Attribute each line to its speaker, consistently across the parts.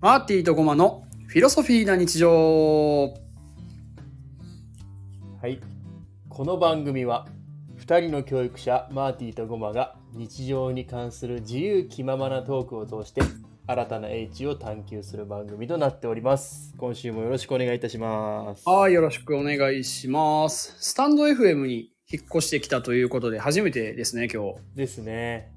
Speaker 1: アーティーとゴマのフィロソフィーな日常
Speaker 2: はい。この番組は2人の教育者マーティとゴマが日常に関する自由気ままなトークを通して新たな英知を探求する番組となっております。今週もよろしくお願いいたします。
Speaker 1: はい、よろしくお願いします。スタンド FM に引っ越してきたということで初めてですね、今日。
Speaker 2: ですね。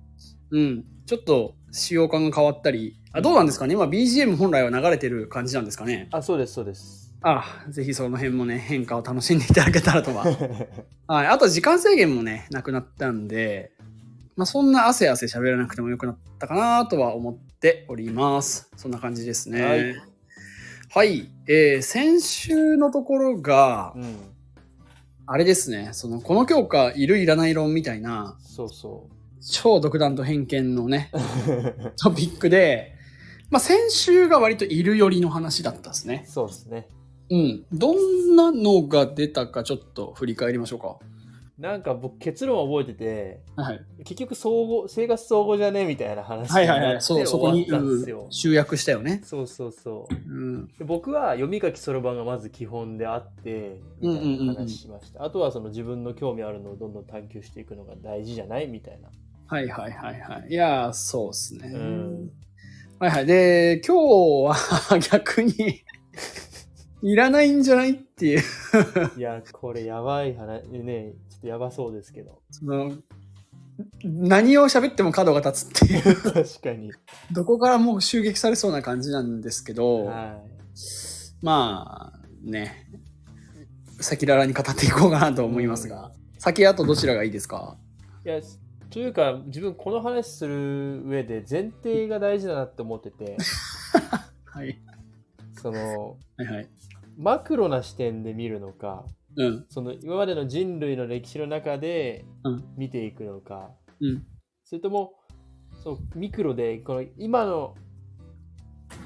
Speaker 1: うん。ちょっと使用感が変わったり、あどうなんですかね今 BGM 本来は流れてる感じなんですかね
Speaker 2: あ、そうです、そうです。
Speaker 1: あぜひその辺もね、変化を楽しんでいただけたらとは。はい。あと時間制限もね、なくなったんで、まあそんな汗汗喋らなくてもよくなったかなとは思っております。そんな感じですね。
Speaker 2: は
Speaker 1: はいい。えー先週のところが
Speaker 2: う、ん。
Speaker 1: あれですね、その、この教科いるいらない論みたいな、
Speaker 2: そうそ
Speaker 1: 超独断と偏見のね、
Speaker 2: う。
Speaker 1: トピックで、まあ先週が割といるよりの話だったですね。
Speaker 2: そうですね。
Speaker 1: うん。どんなのが出たかちょっと振り返りましょう
Speaker 2: なんか僕結論覚えてて、
Speaker 1: か。はい。
Speaker 2: 結局総合、生活総合じゃねみたいな話
Speaker 1: はいはい
Speaker 2: に
Speaker 1: は
Speaker 2: なっ
Speaker 1: い。
Speaker 2: て
Speaker 1: そう、そこに
Speaker 2: 終わったんですよ
Speaker 1: うん。集約したよね。
Speaker 2: そうそうそう。
Speaker 1: うん。
Speaker 2: で僕は読み書きそろばんがまず基本であってみたいな話しました、あとはその自分の興味あるのをどんどん探求していくのが大事じゃないみ たいな
Speaker 1: はいはいはいはい。いやー、そうですね。
Speaker 2: うん
Speaker 1: はいはい。で、今日は 逆に、いらないんじゃないっていう、
Speaker 2: いやこれやばい話ねちょっとやばそうですけ ど
Speaker 1: その、何を喋っても角が立つっていう、
Speaker 2: 確かに
Speaker 1: どこからもう襲撃されそうな感じなんですけど、
Speaker 2: は
Speaker 1: まあ、ね、先ららに語っていこうかなと思いますが、先あとどちらがいいですか
Speaker 2: いいやというか自分この話する上で前提が大事だなって思って て
Speaker 1: はい。
Speaker 2: その
Speaker 1: はいはい。
Speaker 2: マクロな視点で見るのか
Speaker 1: うん。
Speaker 2: その今までの人類の歴史の中で
Speaker 1: うん
Speaker 2: 見ていくのか、
Speaker 1: うん
Speaker 2: それともそうミクロでこの今の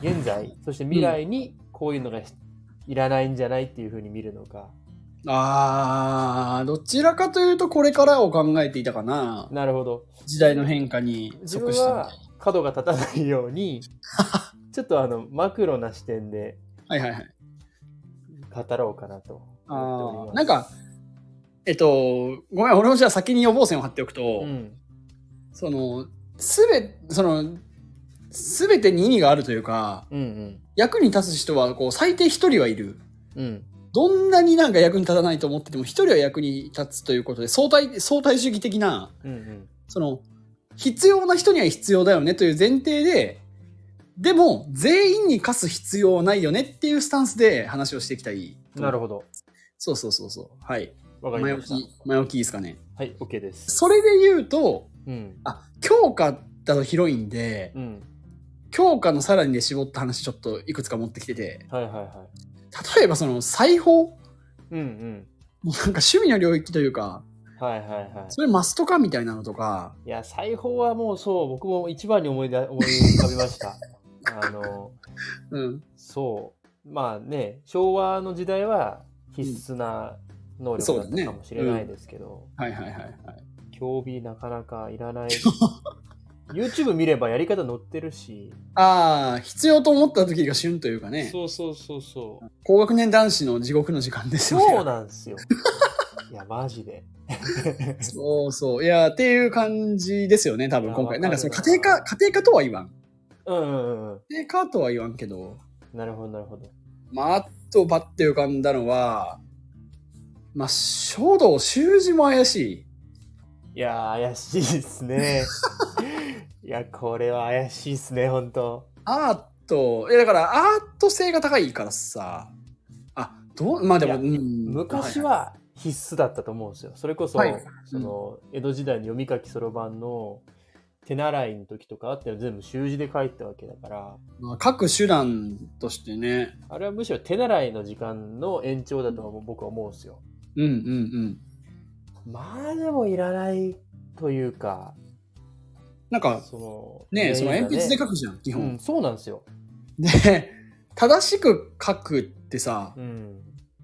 Speaker 2: 現在そして未来にこういうのがひいらないんじゃないっていうふうに見るのか
Speaker 1: あー、どちらかというとこれからを考えていたかな。
Speaker 2: なるほど
Speaker 1: 時代の変化に
Speaker 2: 自
Speaker 1: 即
Speaker 2: 分
Speaker 1: したみた
Speaker 2: は角が立たないように ちょっとあのマクロな視点で
Speaker 1: いな。はいはいはい。
Speaker 2: 語ろうかなと思っており
Speaker 1: あ
Speaker 2: ま
Speaker 1: ー
Speaker 2: す
Speaker 1: なんか、えっと、ごめん、俺もじゃあ先に予防線を張っておくと、
Speaker 2: うん
Speaker 1: その、すべ、その、すべてに意味があるというか、
Speaker 2: うん
Speaker 1: 役に立つ人は、こう、最低一人はいる。
Speaker 2: うんうん
Speaker 1: どんなになんか役に立たないと思ってても、一人は役に立つということで、相対、相対主義的な、
Speaker 2: うんうん
Speaker 1: その、必要な人には必要だよねという前提で、でも、全員に課す必要はないよねっていうスタンスで話をしていきたい。
Speaker 2: なるほど
Speaker 1: そうそうそうそう。はい。
Speaker 2: わかり
Speaker 1: 前
Speaker 2: ま
Speaker 1: 置
Speaker 2: した
Speaker 1: き、前置きいいですかね。
Speaker 2: はい OK です
Speaker 1: それで言うと、
Speaker 2: うん
Speaker 1: あ、強化だと広いんで、
Speaker 2: うん
Speaker 1: 強化のさらにで絞った話ちょっといくつか持ってきてて、
Speaker 2: はいはいは
Speaker 1: 例えばその裁縫、 も
Speaker 2: いうんうん
Speaker 1: うなんか趣味の領域というか、
Speaker 2: はいはいはい。
Speaker 1: それマストかみたいなのとか、
Speaker 2: いや、裁縫はもうそう、僕も一番に思い出思い浮かびま した。あの、
Speaker 1: うん、
Speaker 2: そう。まあね、昭和の時代は必須な能力だったかもしれないですけど、
Speaker 1: はいはいはいはい。
Speaker 2: 競技なかなかいらない。YouTube 見ればやり方載ってるし、
Speaker 1: ああ、必要と思った時が旬というかね、
Speaker 2: そうそうそうそう。
Speaker 1: 高学年男子の地獄の時間ですよ
Speaker 2: そう
Speaker 1: ね。
Speaker 2: なんですよ。 いや、マジで。
Speaker 1: そうそう。いやー、っていう感じですよね、多分今
Speaker 2: いやわか
Speaker 1: 回。
Speaker 2: るな
Speaker 1: なんかその家庭科、家庭科とは言わん。
Speaker 2: うんうんうん
Speaker 1: 家庭科とは言わんけど、
Speaker 2: うん。なるほど、なるほど。
Speaker 1: まあ、あとバッて浮かんだのは、まあ、書道、習字も怪しい。
Speaker 2: いやー、怪しいです ね。いや、これは怪しいですね、本当
Speaker 1: アート、いやだからアート性が高いからさ、あ、どう、まあでも、
Speaker 2: いや
Speaker 1: うん
Speaker 2: 昔、は必須だったと思うんですよ。それこそ、
Speaker 1: はいうん
Speaker 2: その江戸時代に読み書きそろばんの手習いの時とかっていうのは全部習字で書いてたわけだから、
Speaker 1: まあ、各手段としてね、
Speaker 2: あれはむしろ手習いの時間の延長だとは僕は思うんですよ。
Speaker 1: うんうんうん。
Speaker 2: まあでもいらないというか、
Speaker 1: なんか、
Speaker 2: その、
Speaker 1: ね、その鉛筆で
Speaker 2: 書
Speaker 1: 書くじゃん、基
Speaker 2: う
Speaker 1: 本。
Speaker 2: ん、そうなんですよ。
Speaker 1: で、正しく書くってさ、
Speaker 2: うん。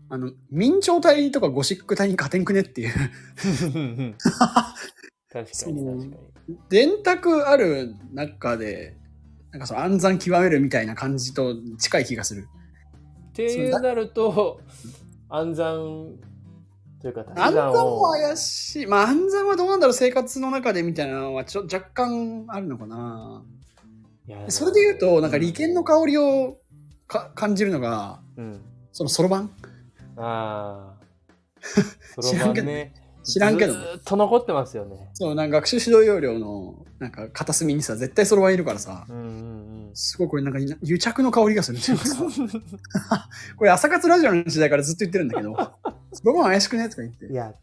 Speaker 1: あの、明朝体とかゴシック体に勝てんくねっていう。
Speaker 2: 確かに確かに。
Speaker 1: 電卓ある中で、なんかそう、暗算極めるみたいな感じと近い気がする。
Speaker 2: っていうなると暗算というか足し
Speaker 1: 暗算
Speaker 2: 算を
Speaker 1: も怪しい。まあ暗算はどうなんだろう、生活の中でみたいなのはちょ若干あるのかな。
Speaker 2: いや
Speaker 1: それで言うと、なんか利権の香りをか感じるのが、
Speaker 2: うん
Speaker 1: そのそろばん
Speaker 2: ああ
Speaker 1: 知
Speaker 2: そ
Speaker 1: ら
Speaker 2: ろ
Speaker 1: ん
Speaker 2: ば
Speaker 1: けど
Speaker 2: んね
Speaker 1: 知らんけど
Speaker 2: ずーっと残ってますよね
Speaker 1: そう、なんか学習指導要領のなんか片隅にさ、絶対そろばんいるからさ、
Speaker 2: うんうん うん
Speaker 1: すごいこれなんか癒着の香りがするっていうか さこれ朝活ラジオの時代からずっと言ってるんだけど、そろばん怪しくねとか言って
Speaker 2: い。や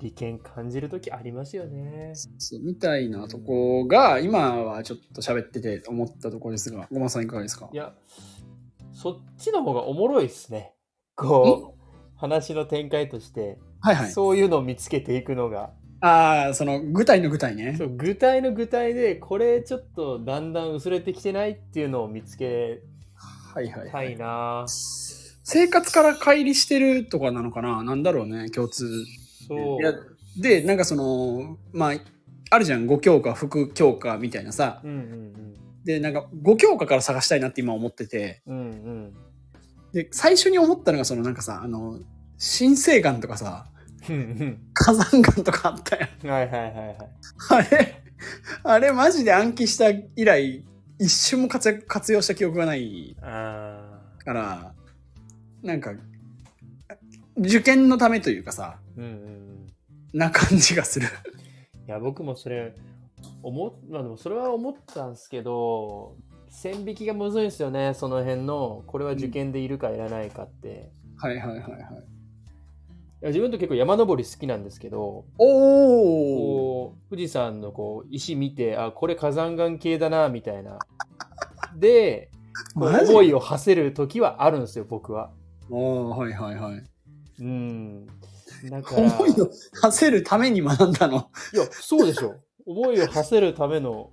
Speaker 2: 利権感じる時ありますよね
Speaker 1: そうみたいなとこが今はちょっと喋ってて思ったところですが、ごまさんいかがですか
Speaker 2: いやそっちの方がおもろいっすねこう話の展開として、
Speaker 1: はいはい。
Speaker 2: そういうのを見つけていくのが
Speaker 1: ああ、その具体の具体ね
Speaker 2: そ。う具体の具体でこれちょっとだんだん薄れてきてないっていうのを見つけ
Speaker 1: はいはい、
Speaker 2: たいな、
Speaker 1: 生活から乖離してるとかなのかななんだろうね、共通。
Speaker 2: そう
Speaker 1: いやで、なんかその、まあ、あるじゃん、5教科、副教科みたいなさ。
Speaker 2: うんうん
Speaker 1: で、なんか5教科から探したいなって今思ってて。
Speaker 2: うんうんうん
Speaker 1: で、最初に思ったのが、そのなんかさ、あの、新生岩とかさ、
Speaker 2: うん
Speaker 1: 火山岩とかあったやん。
Speaker 2: うんはいはいはいはい
Speaker 1: あれ、あれマジで暗記した以来、一瞬も活躍活用した記憶がない
Speaker 2: あ
Speaker 1: から、なんか、受験のためというかさ、
Speaker 2: ーうんうんうん
Speaker 1: な感じがする。
Speaker 2: いや僕もそれ思っまあでもそれは思ったんですけど線引きがむずいんですよねその辺のこれは受験でいるかいらないかって、
Speaker 1: はいはいはいはい。
Speaker 2: いや自分と結構山登り好きなんですけど
Speaker 1: おお
Speaker 2: こう富士山のこう石見てあこれ火山岩系だなみたいなでこう
Speaker 1: マジ
Speaker 2: 思いを馳せる時はあるんですよ僕は
Speaker 1: おーはいはいはい。
Speaker 2: うんだから
Speaker 1: 思いを馳せるために学んだの。
Speaker 2: いやそうでしょ思い を馳せるための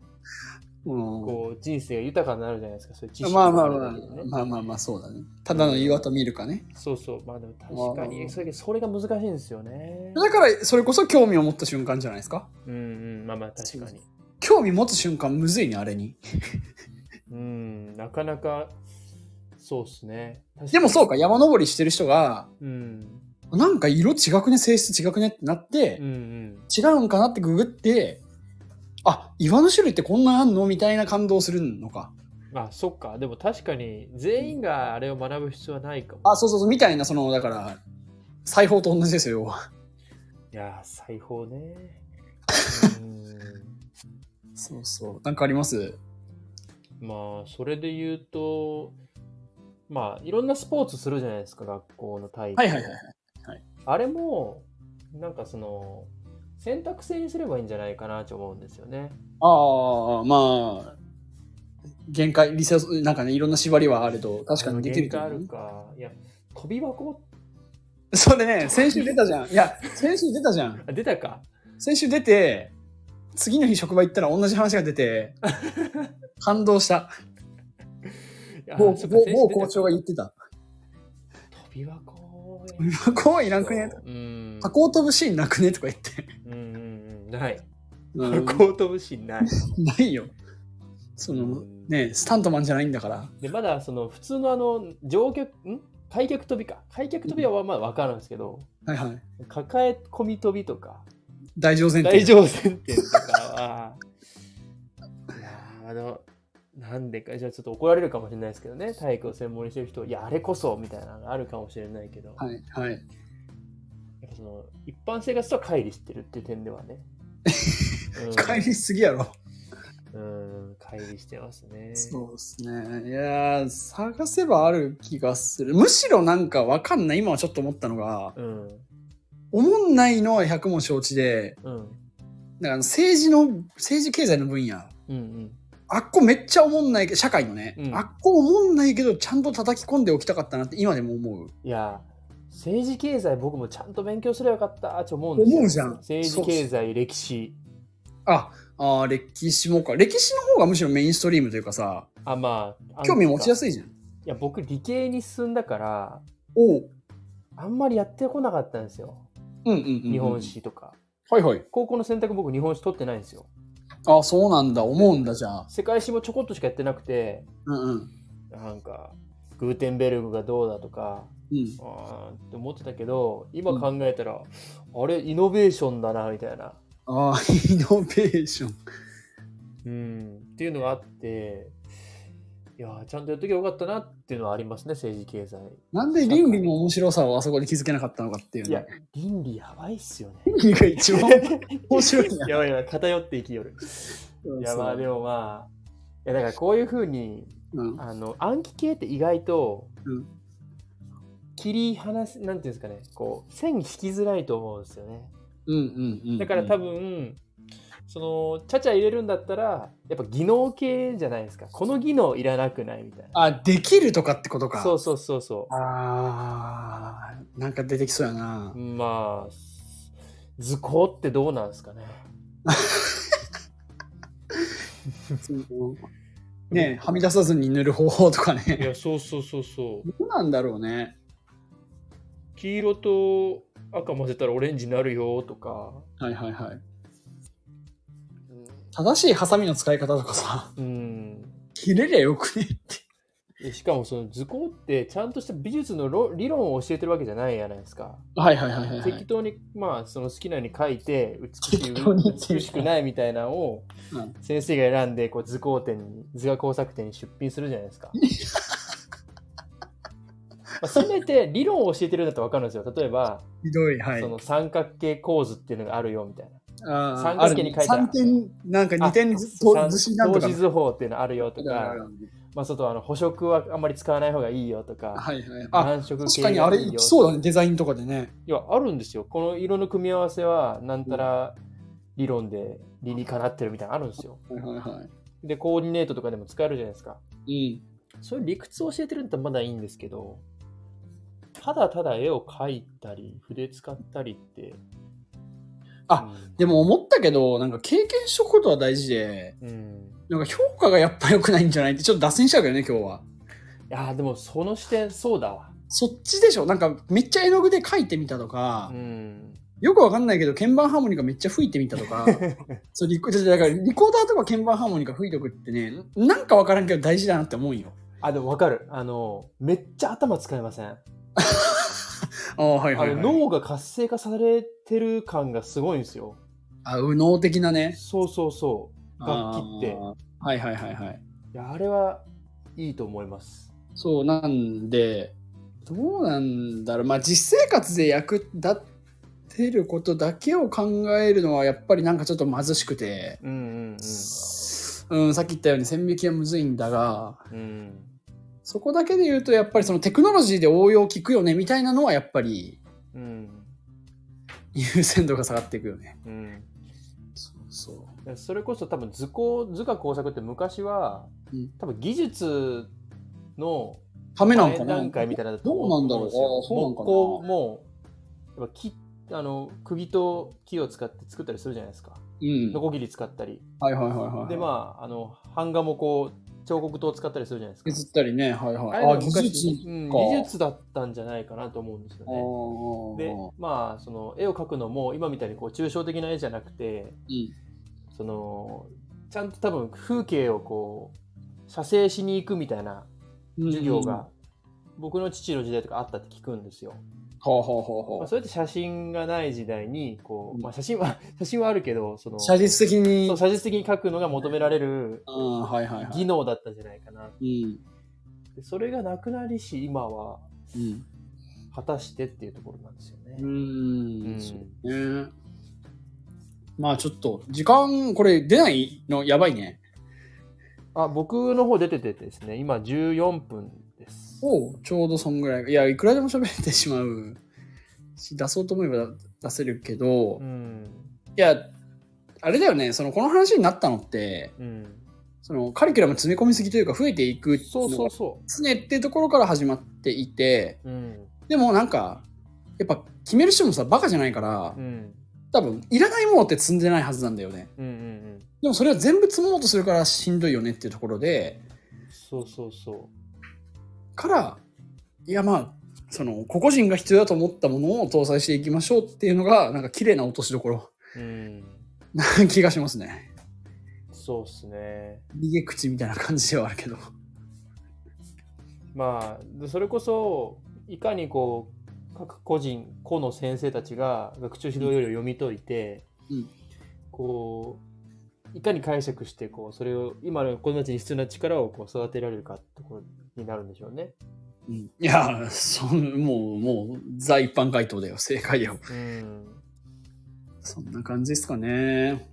Speaker 1: うん
Speaker 2: こう人生が豊かになるじゃないですかそういう知識
Speaker 1: まあまあ
Speaker 2: が
Speaker 1: まあ
Speaker 2: るだけでね、
Speaker 1: まあまあまあそうだね。ただの岩と見るかね。
Speaker 2: そうそうまあでも確
Speaker 1: まあ
Speaker 2: かにそれそれが難しいんですよね
Speaker 1: だからそれこそ興味を持った瞬間じゃないですか。
Speaker 2: うんうんまあまあ確かに
Speaker 1: 興味持つ瞬間むずいね、あれに。
Speaker 2: うんなかなかそうっすね
Speaker 1: でもそう
Speaker 2: か
Speaker 1: か、山登りしてる人が、
Speaker 2: にうん
Speaker 1: なんか色違くね、性質違くねってなって、
Speaker 2: うんうん
Speaker 1: 違うんかなってググって、あ、岩の種類ってこんなあんのみたいな感動するのか。
Speaker 2: あそっかでも確かに全員があれを学ぶ必要はないかも、
Speaker 1: あ、そうそうそう、みたいな、その、だから、裁縫と同じですよ、要は。
Speaker 2: いやー裁 縫ね
Speaker 1: そうそう。なんかあります
Speaker 2: うんまあそれで言うとまあいろんなスポーツするじゃないですか学校の体育、
Speaker 1: はいはいはい。
Speaker 2: あれもなんかその選択制にすればいいんじゃないかなと思うんですよね
Speaker 1: ああ、まあ、限界、理想、なんかね、いろんな縛りはあれど、確かにできるけ
Speaker 2: か
Speaker 1: ど
Speaker 2: あ
Speaker 1: ね
Speaker 2: るかいや飛び箱
Speaker 1: それね、先週出たじゃん。いや、先週出たじゃん。
Speaker 2: あ出たか
Speaker 1: 先週出て、次の日職場行ったら同じ話が出て、感動した。
Speaker 2: あ
Speaker 1: 某
Speaker 2: そっか
Speaker 1: 某
Speaker 2: 選手
Speaker 1: 某
Speaker 2: 出た
Speaker 1: 校長が言ってた。
Speaker 2: 飛び箱
Speaker 1: 箱はいらんくね
Speaker 2: うん
Speaker 1: 箱を飛ぶシーンなくねとか言って。
Speaker 2: うんうんうんない
Speaker 1: うん
Speaker 2: 箱を飛ぶシーンない
Speaker 1: ないよ。そのね、スタントマンじゃないんだから。
Speaker 2: でまだその普通のあの乗客ん開脚飛びか開脚飛びはまあ分かるんですけど、
Speaker 1: はいはい。
Speaker 2: 抱え込み飛びとか
Speaker 1: 大乗前
Speaker 2: 大
Speaker 1: 提。
Speaker 2: 乗船点とかは いやーあのなんでかじゃあちょっと怒られるかもしれないですけどね体育を専門にしてる人いやあれこそみたいなのがあるかもしれないけど、
Speaker 1: はいはい。
Speaker 2: やっぱその一般生活とは乖離してるっていう点で はねうん
Speaker 1: 帰りすぎやろ。
Speaker 2: うん乖離してますね
Speaker 1: そうですね。いやー探せばある気がする。むしろなんかわかんない。今はちょっと思ったのが、
Speaker 2: うん
Speaker 1: おもんないのは百も承知で、
Speaker 2: うん
Speaker 1: だから政治の、政治経済の分野。
Speaker 2: うんうん
Speaker 1: あっこめっちゃおもんないけど、社会のね、
Speaker 2: うん
Speaker 1: あっこおもんないけど、ちゃんと叩き込んでおきたかったなって今でも思う。
Speaker 2: いや政治経済僕もちゃんと勉強すればよかったって思うんですよ
Speaker 1: 思うじゃん
Speaker 2: 政治経済歴史
Speaker 1: あ、あー歴史もか。歴史の方がむしろメインストリームというかさ、
Speaker 2: あまあ
Speaker 1: 興味持ちや
Speaker 2: い
Speaker 1: すいじゃん。
Speaker 2: いや僕理系に進んだから
Speaker 1: おう。
Speaker 2: あんまりやってこなかったんですよ
Speaker 1: うんうんうんうん
Speaker 2: 日本。史とか、
Speaker 1: はいはい。
Speaker 2: 高校の選択僕日本史取ってないんですよ
Speaker 1: ああ、そうなんだ。思うんだ、じゃあ。
Speaker 2: 世界史もちょこっとしかやってなくて
Speaker 1: うんうん。
Speaker 2: なんかグーテンベルグがどうだとか
Speaker 1: うん。
Speaker 2: あーって思ってたけど今考えたら、あれイノベーションだなみたいな、
Speaker 1: ああ、イノベー ション。
Speaker 2: うん、っていうのがあっていやーちゃんとやっときゃよかったなっていうのはありますね政治経済
Speaker 1: なんで倫理の面白さをあそこに気づけなかったのかっていう
Speaker 2: いや
Speaker 1: ね。
Speaker 2: 倫理やばいっすよね
Speaker 1: 倫理が一 番 面白いな。
Speaker 2: やばいやばい偏って生きよるいやまあでもまあいやだからこういうふうに
Speaker 1: うん。
Speaker 2: あの暗記系って意外と、
Speaker 1: うん
Speaker 2: 切り離すなんていうんですかねこう線引きづらいと思うんですよね
Speaker 1: うんうんうん。
Speaker 2: だから多分、そのちゃちゃ入れるんだったらやっぱ技能系じゃないですかこの技能いらなくないみたいな
Speaker 1: あ、できるとかってことか。
Speaker 2: そうそうそうそ
Speaker 1: あーなんか出てきそうやな
Speaker 2: う。まあ図工ってどうなんですかね
Speaker 1: その ねはみ出さずに塗る方法とか
Speaker 2: い
Speaker 1: ね。
Speaker 2: やそうそうそうそう
Speaker 1: どうなんだろうね。
Speaker 2: 黄色と赤混ぜたらオレンジになるよとか、
Speaker 1: はいはいはい。正しいハサミの使い方とかさ、
Speaker 2: うん、
Speaker 1: 切れりゃよくねって。
Speaker 2: えしかもその図工ってちゃんとした美術のろ理論を教えてるわけじゃないじゃないですか、
Speaker 1: はいはいはいはい、は
Speaker 2: 適
Speaker 1: い。
Speaker 2: 当にまあその好きなように書いて美しい
Speaker 1: 適当にっていう
Speaker 2: 美しくないみたいなのを
Speaker 1: うん
Speaker 2: 先生が選んでこう図工展に図画工作展に出品するじゃない ですかまあせめて理論を教えてるんだと分かるんですよ例えば、
Speaker 1: ひどい、はい
Speaker 2: そ。の三角形構図っていうのがあるよみたいな
Speaker 1: あ
Speaker 2: 三
Speaker 1: ーあ
Speaker 2: 角形に書いた
Speaker 1: 3点、なんか2点ず
Speaker 2: あ
Speaker 1: と
Speaker 2: 三
Speaker 1: ずしなんとか
Speaker 2: 等。図法っていうのあるよと
Speaker 1: あ
Speaker 2: か
Speaker 1: るある
Speaker 2: まあ、ちょっとあの補色はあんまり使わない方がいいよとか、
Speaker 1: はいはい。あ、
Speaker 2: 暖色
Speaker 1: 確
Speaker 2: 系
Speaker 1: か
Speaker 2: がいい
Speaker 1: に
Speaker 2: よ
Speaker 1: あれいきそうだね、デザインとかでね。
Speaker 2: いや、あるんですよ。この色の組み合わせは、なんたら理論で理にかなってるみたいなのあるんですよ。
Speaker 1: はいはいは
Speaker 2: で、コーディネートとかでも使えるじゃないですか。
Speaker 1: い。
Speaker 2: そういう理屈を教えてるんだったらまだいいんですけど、ただただ絵を描いたり、筆使ったりって。
Speaker 1: あ
Speaker 2: うん、
Speaker 1: でも思ったけど、なんか経験しとくことは大事で、
Speaker 2: うん。
Speaker 1: なんか評価がやっぱ良くないんじゃないって、ちょっと脱線しちゃうけどね、今日は。
Speaker 2: いやー、でもその視点、そうだわ。
Speaker 1: そっちでしょなんかめっちゃ絵の具で描いてみたとか
Speaker 2: う、ん。
Speaker 1: よくわかんないけど鍵盤ハーモニカめっちゃ吹いてみたと かそうリコだからリコーダーとか鍵盤ハーモニカ吹いとくってねなんかわからんけど大事だなって思うんよ。
Speaker 2: あ、でもわかる。あの、めっちゃ頭使いません。
Speaker 1: ああはい
Speaker 2: あ
Speaker 1: はい、
Speaker 2: れ、
Speaker 1: はい、
Speaker 2: 脳が活性化されてる感がすごいんですよ。
Speaker 1: あ右脳的なね
Speaker 2: そうそうそう。楽器って
Speaker 1: あーはいはいはいはい
Speaker 2: いやあれはいいと思います。
Speaker 1: そうなんでどうなんだろうまあ実生活で役立ってることだけを考えるのはやっぱりなんかちょっと貧しくて、
Speaker 2: うんうん
Speaker 1: うん、さっき言ったように線引きはむずいんだが
Speaker 2: うん。うん、
Speaker 1: そこだけで言うとやっぱりそのテクノロジーで応用効くよねみたいなのはやっぱり
Speaker 2: うん、
Speaker 1: 優先度が下がっていくよね。
Speaker 2: うん。
Speaker 1: そうそ
Speaker 2: それこそ多分図工、図画工作って昔は、
Speaker 1: うん
Speaker 2: 多分技術の
Speaker 1: う。ためなんか
Speaker 2: 前
Speaker 1: な。
Speaker 2: 段階みたいなのだと
Speaker 1: どうなんだろう
Speaker 2: 思んですよ
Speaker 1: あーそうなんかな
Speaker 2: 木工も、やっぱ木、あの、釘と木を使って作ったりするじゃないですか。
Speaker 1: うん。
Speaker 2: ノコギリ使ったり。
Speaker 1: はいはいはいはい。
Speaker 2: で、まあ、あの、版画もこう、彫刻刀を使ったりするじゃないですか。
Speaker 1: 削ったりね。はいはい。
Speaker 2: れが
Speaker 1: あ、技
Speaker 2: 昔
Speaker 1: 術か。
Speaker 2: うん技術だったんじゃないかなと思うんですよ
Speaker 1: あ
Speaker 2: ね。
Speaker 1: ー
Speaker 2: でまあその絵を描くのも今みたいにこう抽象的な絵じゃなくて
Speaker 1: うん
Speaker 2: そのちゃんと多分風景をこう写生しに行くみたいな授業
Speaker 1: うんは
Speaker 2: が僕の父の時代とかあったって聞くんですよ。
Speaker 1: あはあはあ
Speaker 2: まあ、
Speaker 1: はあ。
Speaker 2: そうやって写真がない時代にこ
Speaker 1: うん
Speaker 2: う、まあ、写真は 写真はあるけどその
Speaker 1: 写実的に。
Speaker 2: そうう写実的に描くのが求められる
Speaker 1: ん、はいはいは
Speaker 2: 技
Speaker 1: い。
Speaker 2: 能だったんじゃないかな。
Speaker 1: うん。
Speaker 2: でそれがなくなりし今は
Speaker 1: うん。
Speaker 2: 果たしてっていうところなんですよね。
Speaker 1: うん。
Speaker 2: うん
Speaker 1: そうね。まあちょっと、時間、これ出ないのやばいね。
Speaker 2: あ僕の方出ててですね今14分です。
Speaker 1: おうちょうどそんぐらい。いや、いくらでも喋れてしまうし、出そうと思えば出せるけど、
Speaker 2: う
Speaker 1: い
Speaker 2: ん
Speaker 1: や、あれだよね、その、この話になったのって、
Speaker 2: うん、
Speaker 1: その、カリキュラム詰め込みすぎというか、増えていく
Speaker 2: そう
Speaker 1: の
Speaker 2: そう
Speaker 1: が
Speaker 2: そ
Speaker 1: 常っていうところから始まっていて、
Speaker 2: う。うん
Speaker 1: でもなんか、やっぱ決める人もさ、バカじゃないから
Speaker 2: う、ん
Speaker 1: 多分、いらないものって積んでないはずなんだよね。
Speaker 2: うんうんうん。
Speaker 1: でもそれは全部積もうとするからしんどいよねっていうところで、
Speaker 2: そうそうそ
Speaker 1: から、いやまあ、その、個々人が必要だと思ったものを搭載していきま しょうっていうのが、なんか綺麗な落としどころ
Speaker 2: う。うん。
Speaker 1: な気がしますね。
Speaker 2: そうっすね。
Speaker 1: 逃げ口みたいな感じではあるけど。
Speaker 2: まあでそれこそいかにこう各個人個の先生たちが学習指導要領を読み解いて、
Speaker 1: うん
Speaker 2: こういかに解釈してこうそれを今の子供たちに必要な力をこう育てられるかってことになるんでしょうね。
Speaker 1: うんいや、そんもう、もう、ザ一般回答だよ。正解だよ。
Speaker 2: うん、
Speaker 1: そんな感じですかね。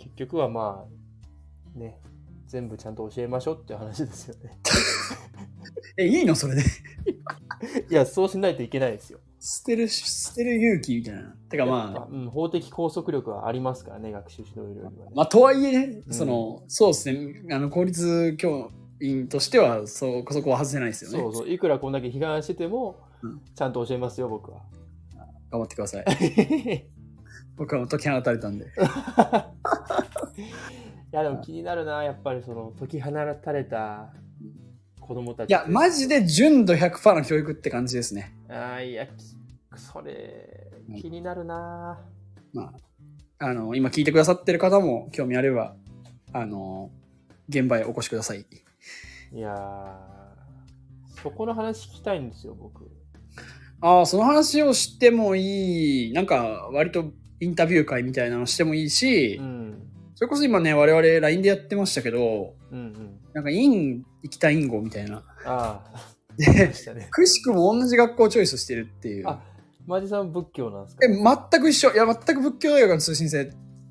Speaker 2: 結局はまあね全部ちゃんと教えましょうっていう話ですよね。
Speaker 1: え、いいのそれで。
Speaker 2: いやそうしないといけないですよ。
Speaker 1: 捨てる、捨てる勇気みたいな。てか
Speaker 2: やっ
Speaker 1: ま
Speaker 2: ぱうん、法的拘束力はありますからね学習指導要領にはね
Speaker 1: あ、。まあ、とはいえね、
Speaker 2: うん
Speaker 1: その、そうですね、あの、公立教員としては、そう、そこは外せないですよね。
Speaker 2: そうそういくらこんだけ批判してても、
Speaker 1: うん
Speaker 2: ちゃんと教えますよ 僕は
Speaker 1: 頑張ってください。僕はもう解き放たれたんで。
Speaker 2: いやでも気になるなやっぱりその解き放たれた子供たち
Speaker 1: いや、マジで純度100%の教育って感じですね。
Speaker 2: あーいやきそれ気になるな、
Speaker 1: まあ、あの、今聞いてくださってる方も興味あれば、あの、現場へお越しください。
Speaker 2: いやーそこの話聞きたいんですよ僕
Speaker 1: ああ、その話をしてもいい。なんか、割とインタビュー会みたいなのしてもいいし、
Speaker 2: うん
Speaker 1: それこそ今ね、我々 LINE でやってましたけど、
Speaker 2: うんうん
Speaker 1: なんか、イン、行きたいインゴみたいな。
Speaker 2: ああ
Speaker 1: で、
Speaker 2: でしたね
Speaker 1: くしくも同じ学校をチョイスしてるっていう。
Speaker 2: あマジさん仏教なんですか
Speaker 1: え、全く一緒。いや、全く仏教大学の通信制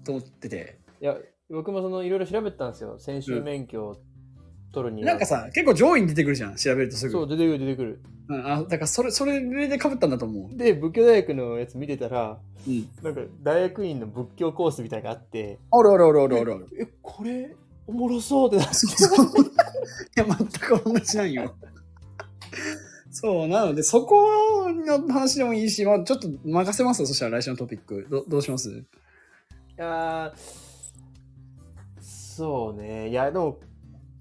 Speaker 1: と思ってて。
Speaker 2: いや僕もそのいろいろ調べてたんですよ先週
Speaker 1: うん
Speaker 2: 免許を取るには
Speaker 1: なんかさ、結構上位に出てくるじゃん、調べるとすぐ。
Speaker 2: そう出てくる出てくる
Speaker 1: うん、あだからそれ、それで被ったんだと思う。
Speaker 2: で仏教大学のやつ見てたら
Speaker 1: うん。
Speaker 2: なんか大学院の仏教コースみたいなのがあって
Speaker 1: あるあるあるあるあるある。
Speaker 2: えこれおもろそうってなって
Speaker 1: そうそう。い や、全く同じなんよ。そう、なので、そこの話でもいいし、まあ、ちょっと任せますよ、そしたら来週のトピック。どどうします
Speaker 2: あーそうねいやでも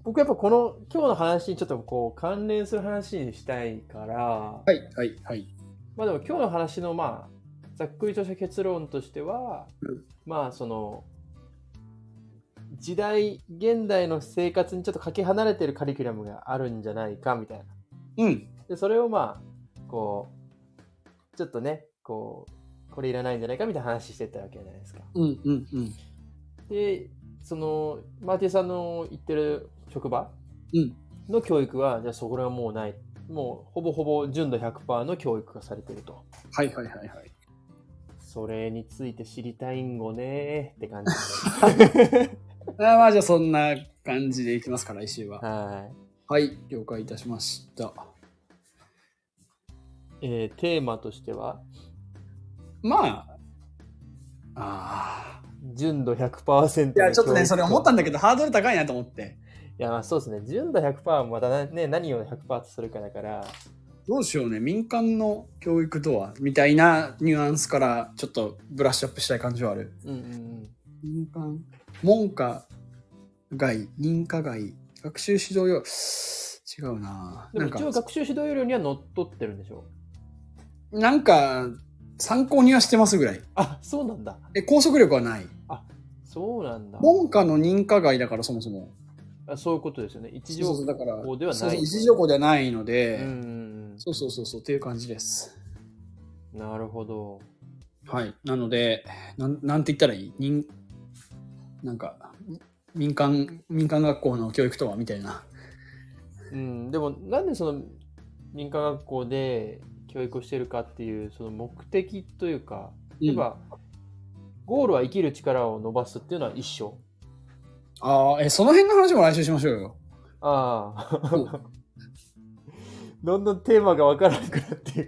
Speaker 2: 僕やっぱこの今日の話にちょっとこう関連する話にしたいから、
Speaker 1: はい、はい、はい。
Speaker 2: まあでも今日の話のまあざっくりとした結論としては、
Speaker 1: うん
Speaker 2: まあその時代現代の生活にちょっとかけ離れてるカリキュラムがあるんじゃないかみたいな
Speaker 1: うん。
Speaker 2: でそれをまあこうちょっとねこうこれいらないんじゃないかみたいな話してったわけじゃないですか。
Speaker 1: うん、うん、うん。
Speaker 2: でそのマーティさんの行ってる職場
Speaker 1: うん
Speaker 2: の教育は、じゃあそこらはもうないもうほぼほぼ純度100%の教育がされてると
Speaker 1: はい、はい、はい、はい。
Speaker 2: それについて知りたいんごねーって感 じですね
Speaker 1: あまあ、じゃあ、そんな感じでいきますか、来週は。
Speaker 2: は
Speaker 1: はい、了解いたしました。
Speaker 2: い、えーテーマとしては
Speaker 1: まあ、ああ。
Speaker 2: 純度100%の
Speaker 1: いや、ちょっと
Speaker 2: 教
Speaker 1: ね、
Speaker 2: 育
Speaker 1: それ思ったんだけど、ハードル高いなと思って。
Speaker 2: いやまあそうですね純度100%はまたなね何を100%とするかだから
Speaker 1: どうしようね民間の教育とはみたいなニュアンスからちょっとブラッシュアップしたい感じはある
Speaker 2: うんうんうん
Speaker 1: 民間文科外認可外学習指導要違うな
Speaker 2: で
Speaker 1: なん
Speaker 2: も
Speaker 1: か
Speaker 2: 一応学習指導要領にはのっとってるんでしょ
Speaker 1: なんか参考にはしてますぐらい
Speaker 2: あそうなんだ
Speaker 1: え拘束力はない
Speaker 2: そうなんだ
Speaker 1: 文科の認可外だからそもそも
Speaker 2: あそういうことですよね一
Speaker 1: そう
Speaker 2: 条
Speaker 1: そうだから
Speaker 2: こうではない
Speaker 1: そうそう一時情報ではないの
Speaker 2: うん
Speaker 1: で、
Speaker 2: うん
Speaker 1: そうそうそうそうっていう感じです
Speaker 2: うんなるほど
Speaker 1: はい。なので、なんなんて言ったらいい民なんか、民間、民間学校の教育とはみたいな。
Speaker 2: うんでもなんでその民間学校で教育をしてるかっていうその目的というか例えば、ゴールは生きる力を伸ばすっていうのは一緒
Speaker 1: ああ、え、その辺の話も来週しましょうよ。
Speaker 2: あ
Speaker 1: う
Speaker 2: あ どんどんテーマがわからなくなっていく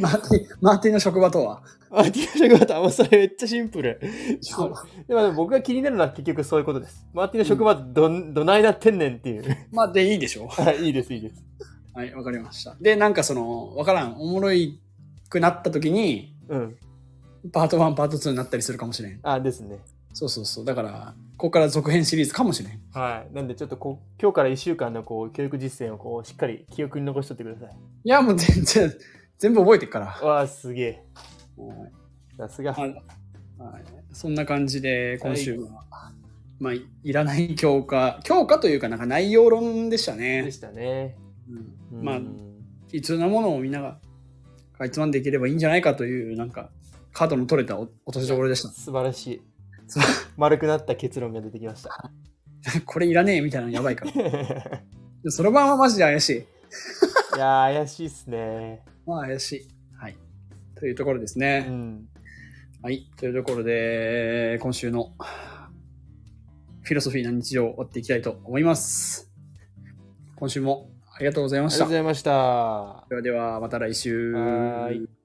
Speaker 1: マーティン、マーティンの職場とは。
Speaker 2: あティア職場とあもうそれめっちゃシンプルそうでも僕が気になるのは結局そういうことですマーティの職場ど,、ん、どないなってんねんっていう
Speaker 1: まあ、でいいでしょ
Speaker 2: はいいいですいいです
Speaker 1: う。はい、わかりました。で、なんかその、わからん、おもろいくなった時に、
Speaker 2: うん
Speaker 1: パート1、パート2になったりするかもしれん。
Speaker 2: あですね
Speaker 1: そうそうそう。だから、ここから続編シリーズかもしれん。
Speaker 2: はいなんでちょっとこう今日から1週間のこう教育実践をこうしっかり記憶に残しとってください
Speaker 1: いや、もう全然、 全部覚えてっから。
Speaker 2: わあすげえ
Speaker 1: はい
Speaker 2: さすが
Speaker 1: はいはいそんな感じで、今週は、まあ、いいらない強化、強化というか、なんか内容論でした
Speaker 2: で
Speaker 1: ね。
Speaker 2: したね。
Speaker 1: うん
Speaker 2: うん
Speaker 1: まあ必要なものをみんながかいつまんでいければいいんじゃないかという、なんか、カードの取れたお落としどころでした。
Speaker 2: 素晴らしい
Speaker 1: 素晴。
Speaker 2: 丸くなった結論が出てきました。
Speaker 1: これいらねえみたいなのやばいから。
Speaker 2: いや
Speaker 1: でそろばんはマジで怪しい。
Speaker 2: ー、怪しいっすね。
Speaker 1: まあ、怪しい。はい。というところです
Speaker 2: う
Speaker 1: ね。
Speaker 2: ん。
Speaker 1: はい。というところで、今週のフィロソフィーな日常を終わっていきたいと思います。今週もありがとうござい
Speaker 2: あ
Speaker 1: ま
Speaker 2: り
Speaker 1: し
Speaker 2: がと
Speaker 1: た。
Speaker 2: うございました。
Speaker 1: ではでは、また来週。
Speaker 2: はーい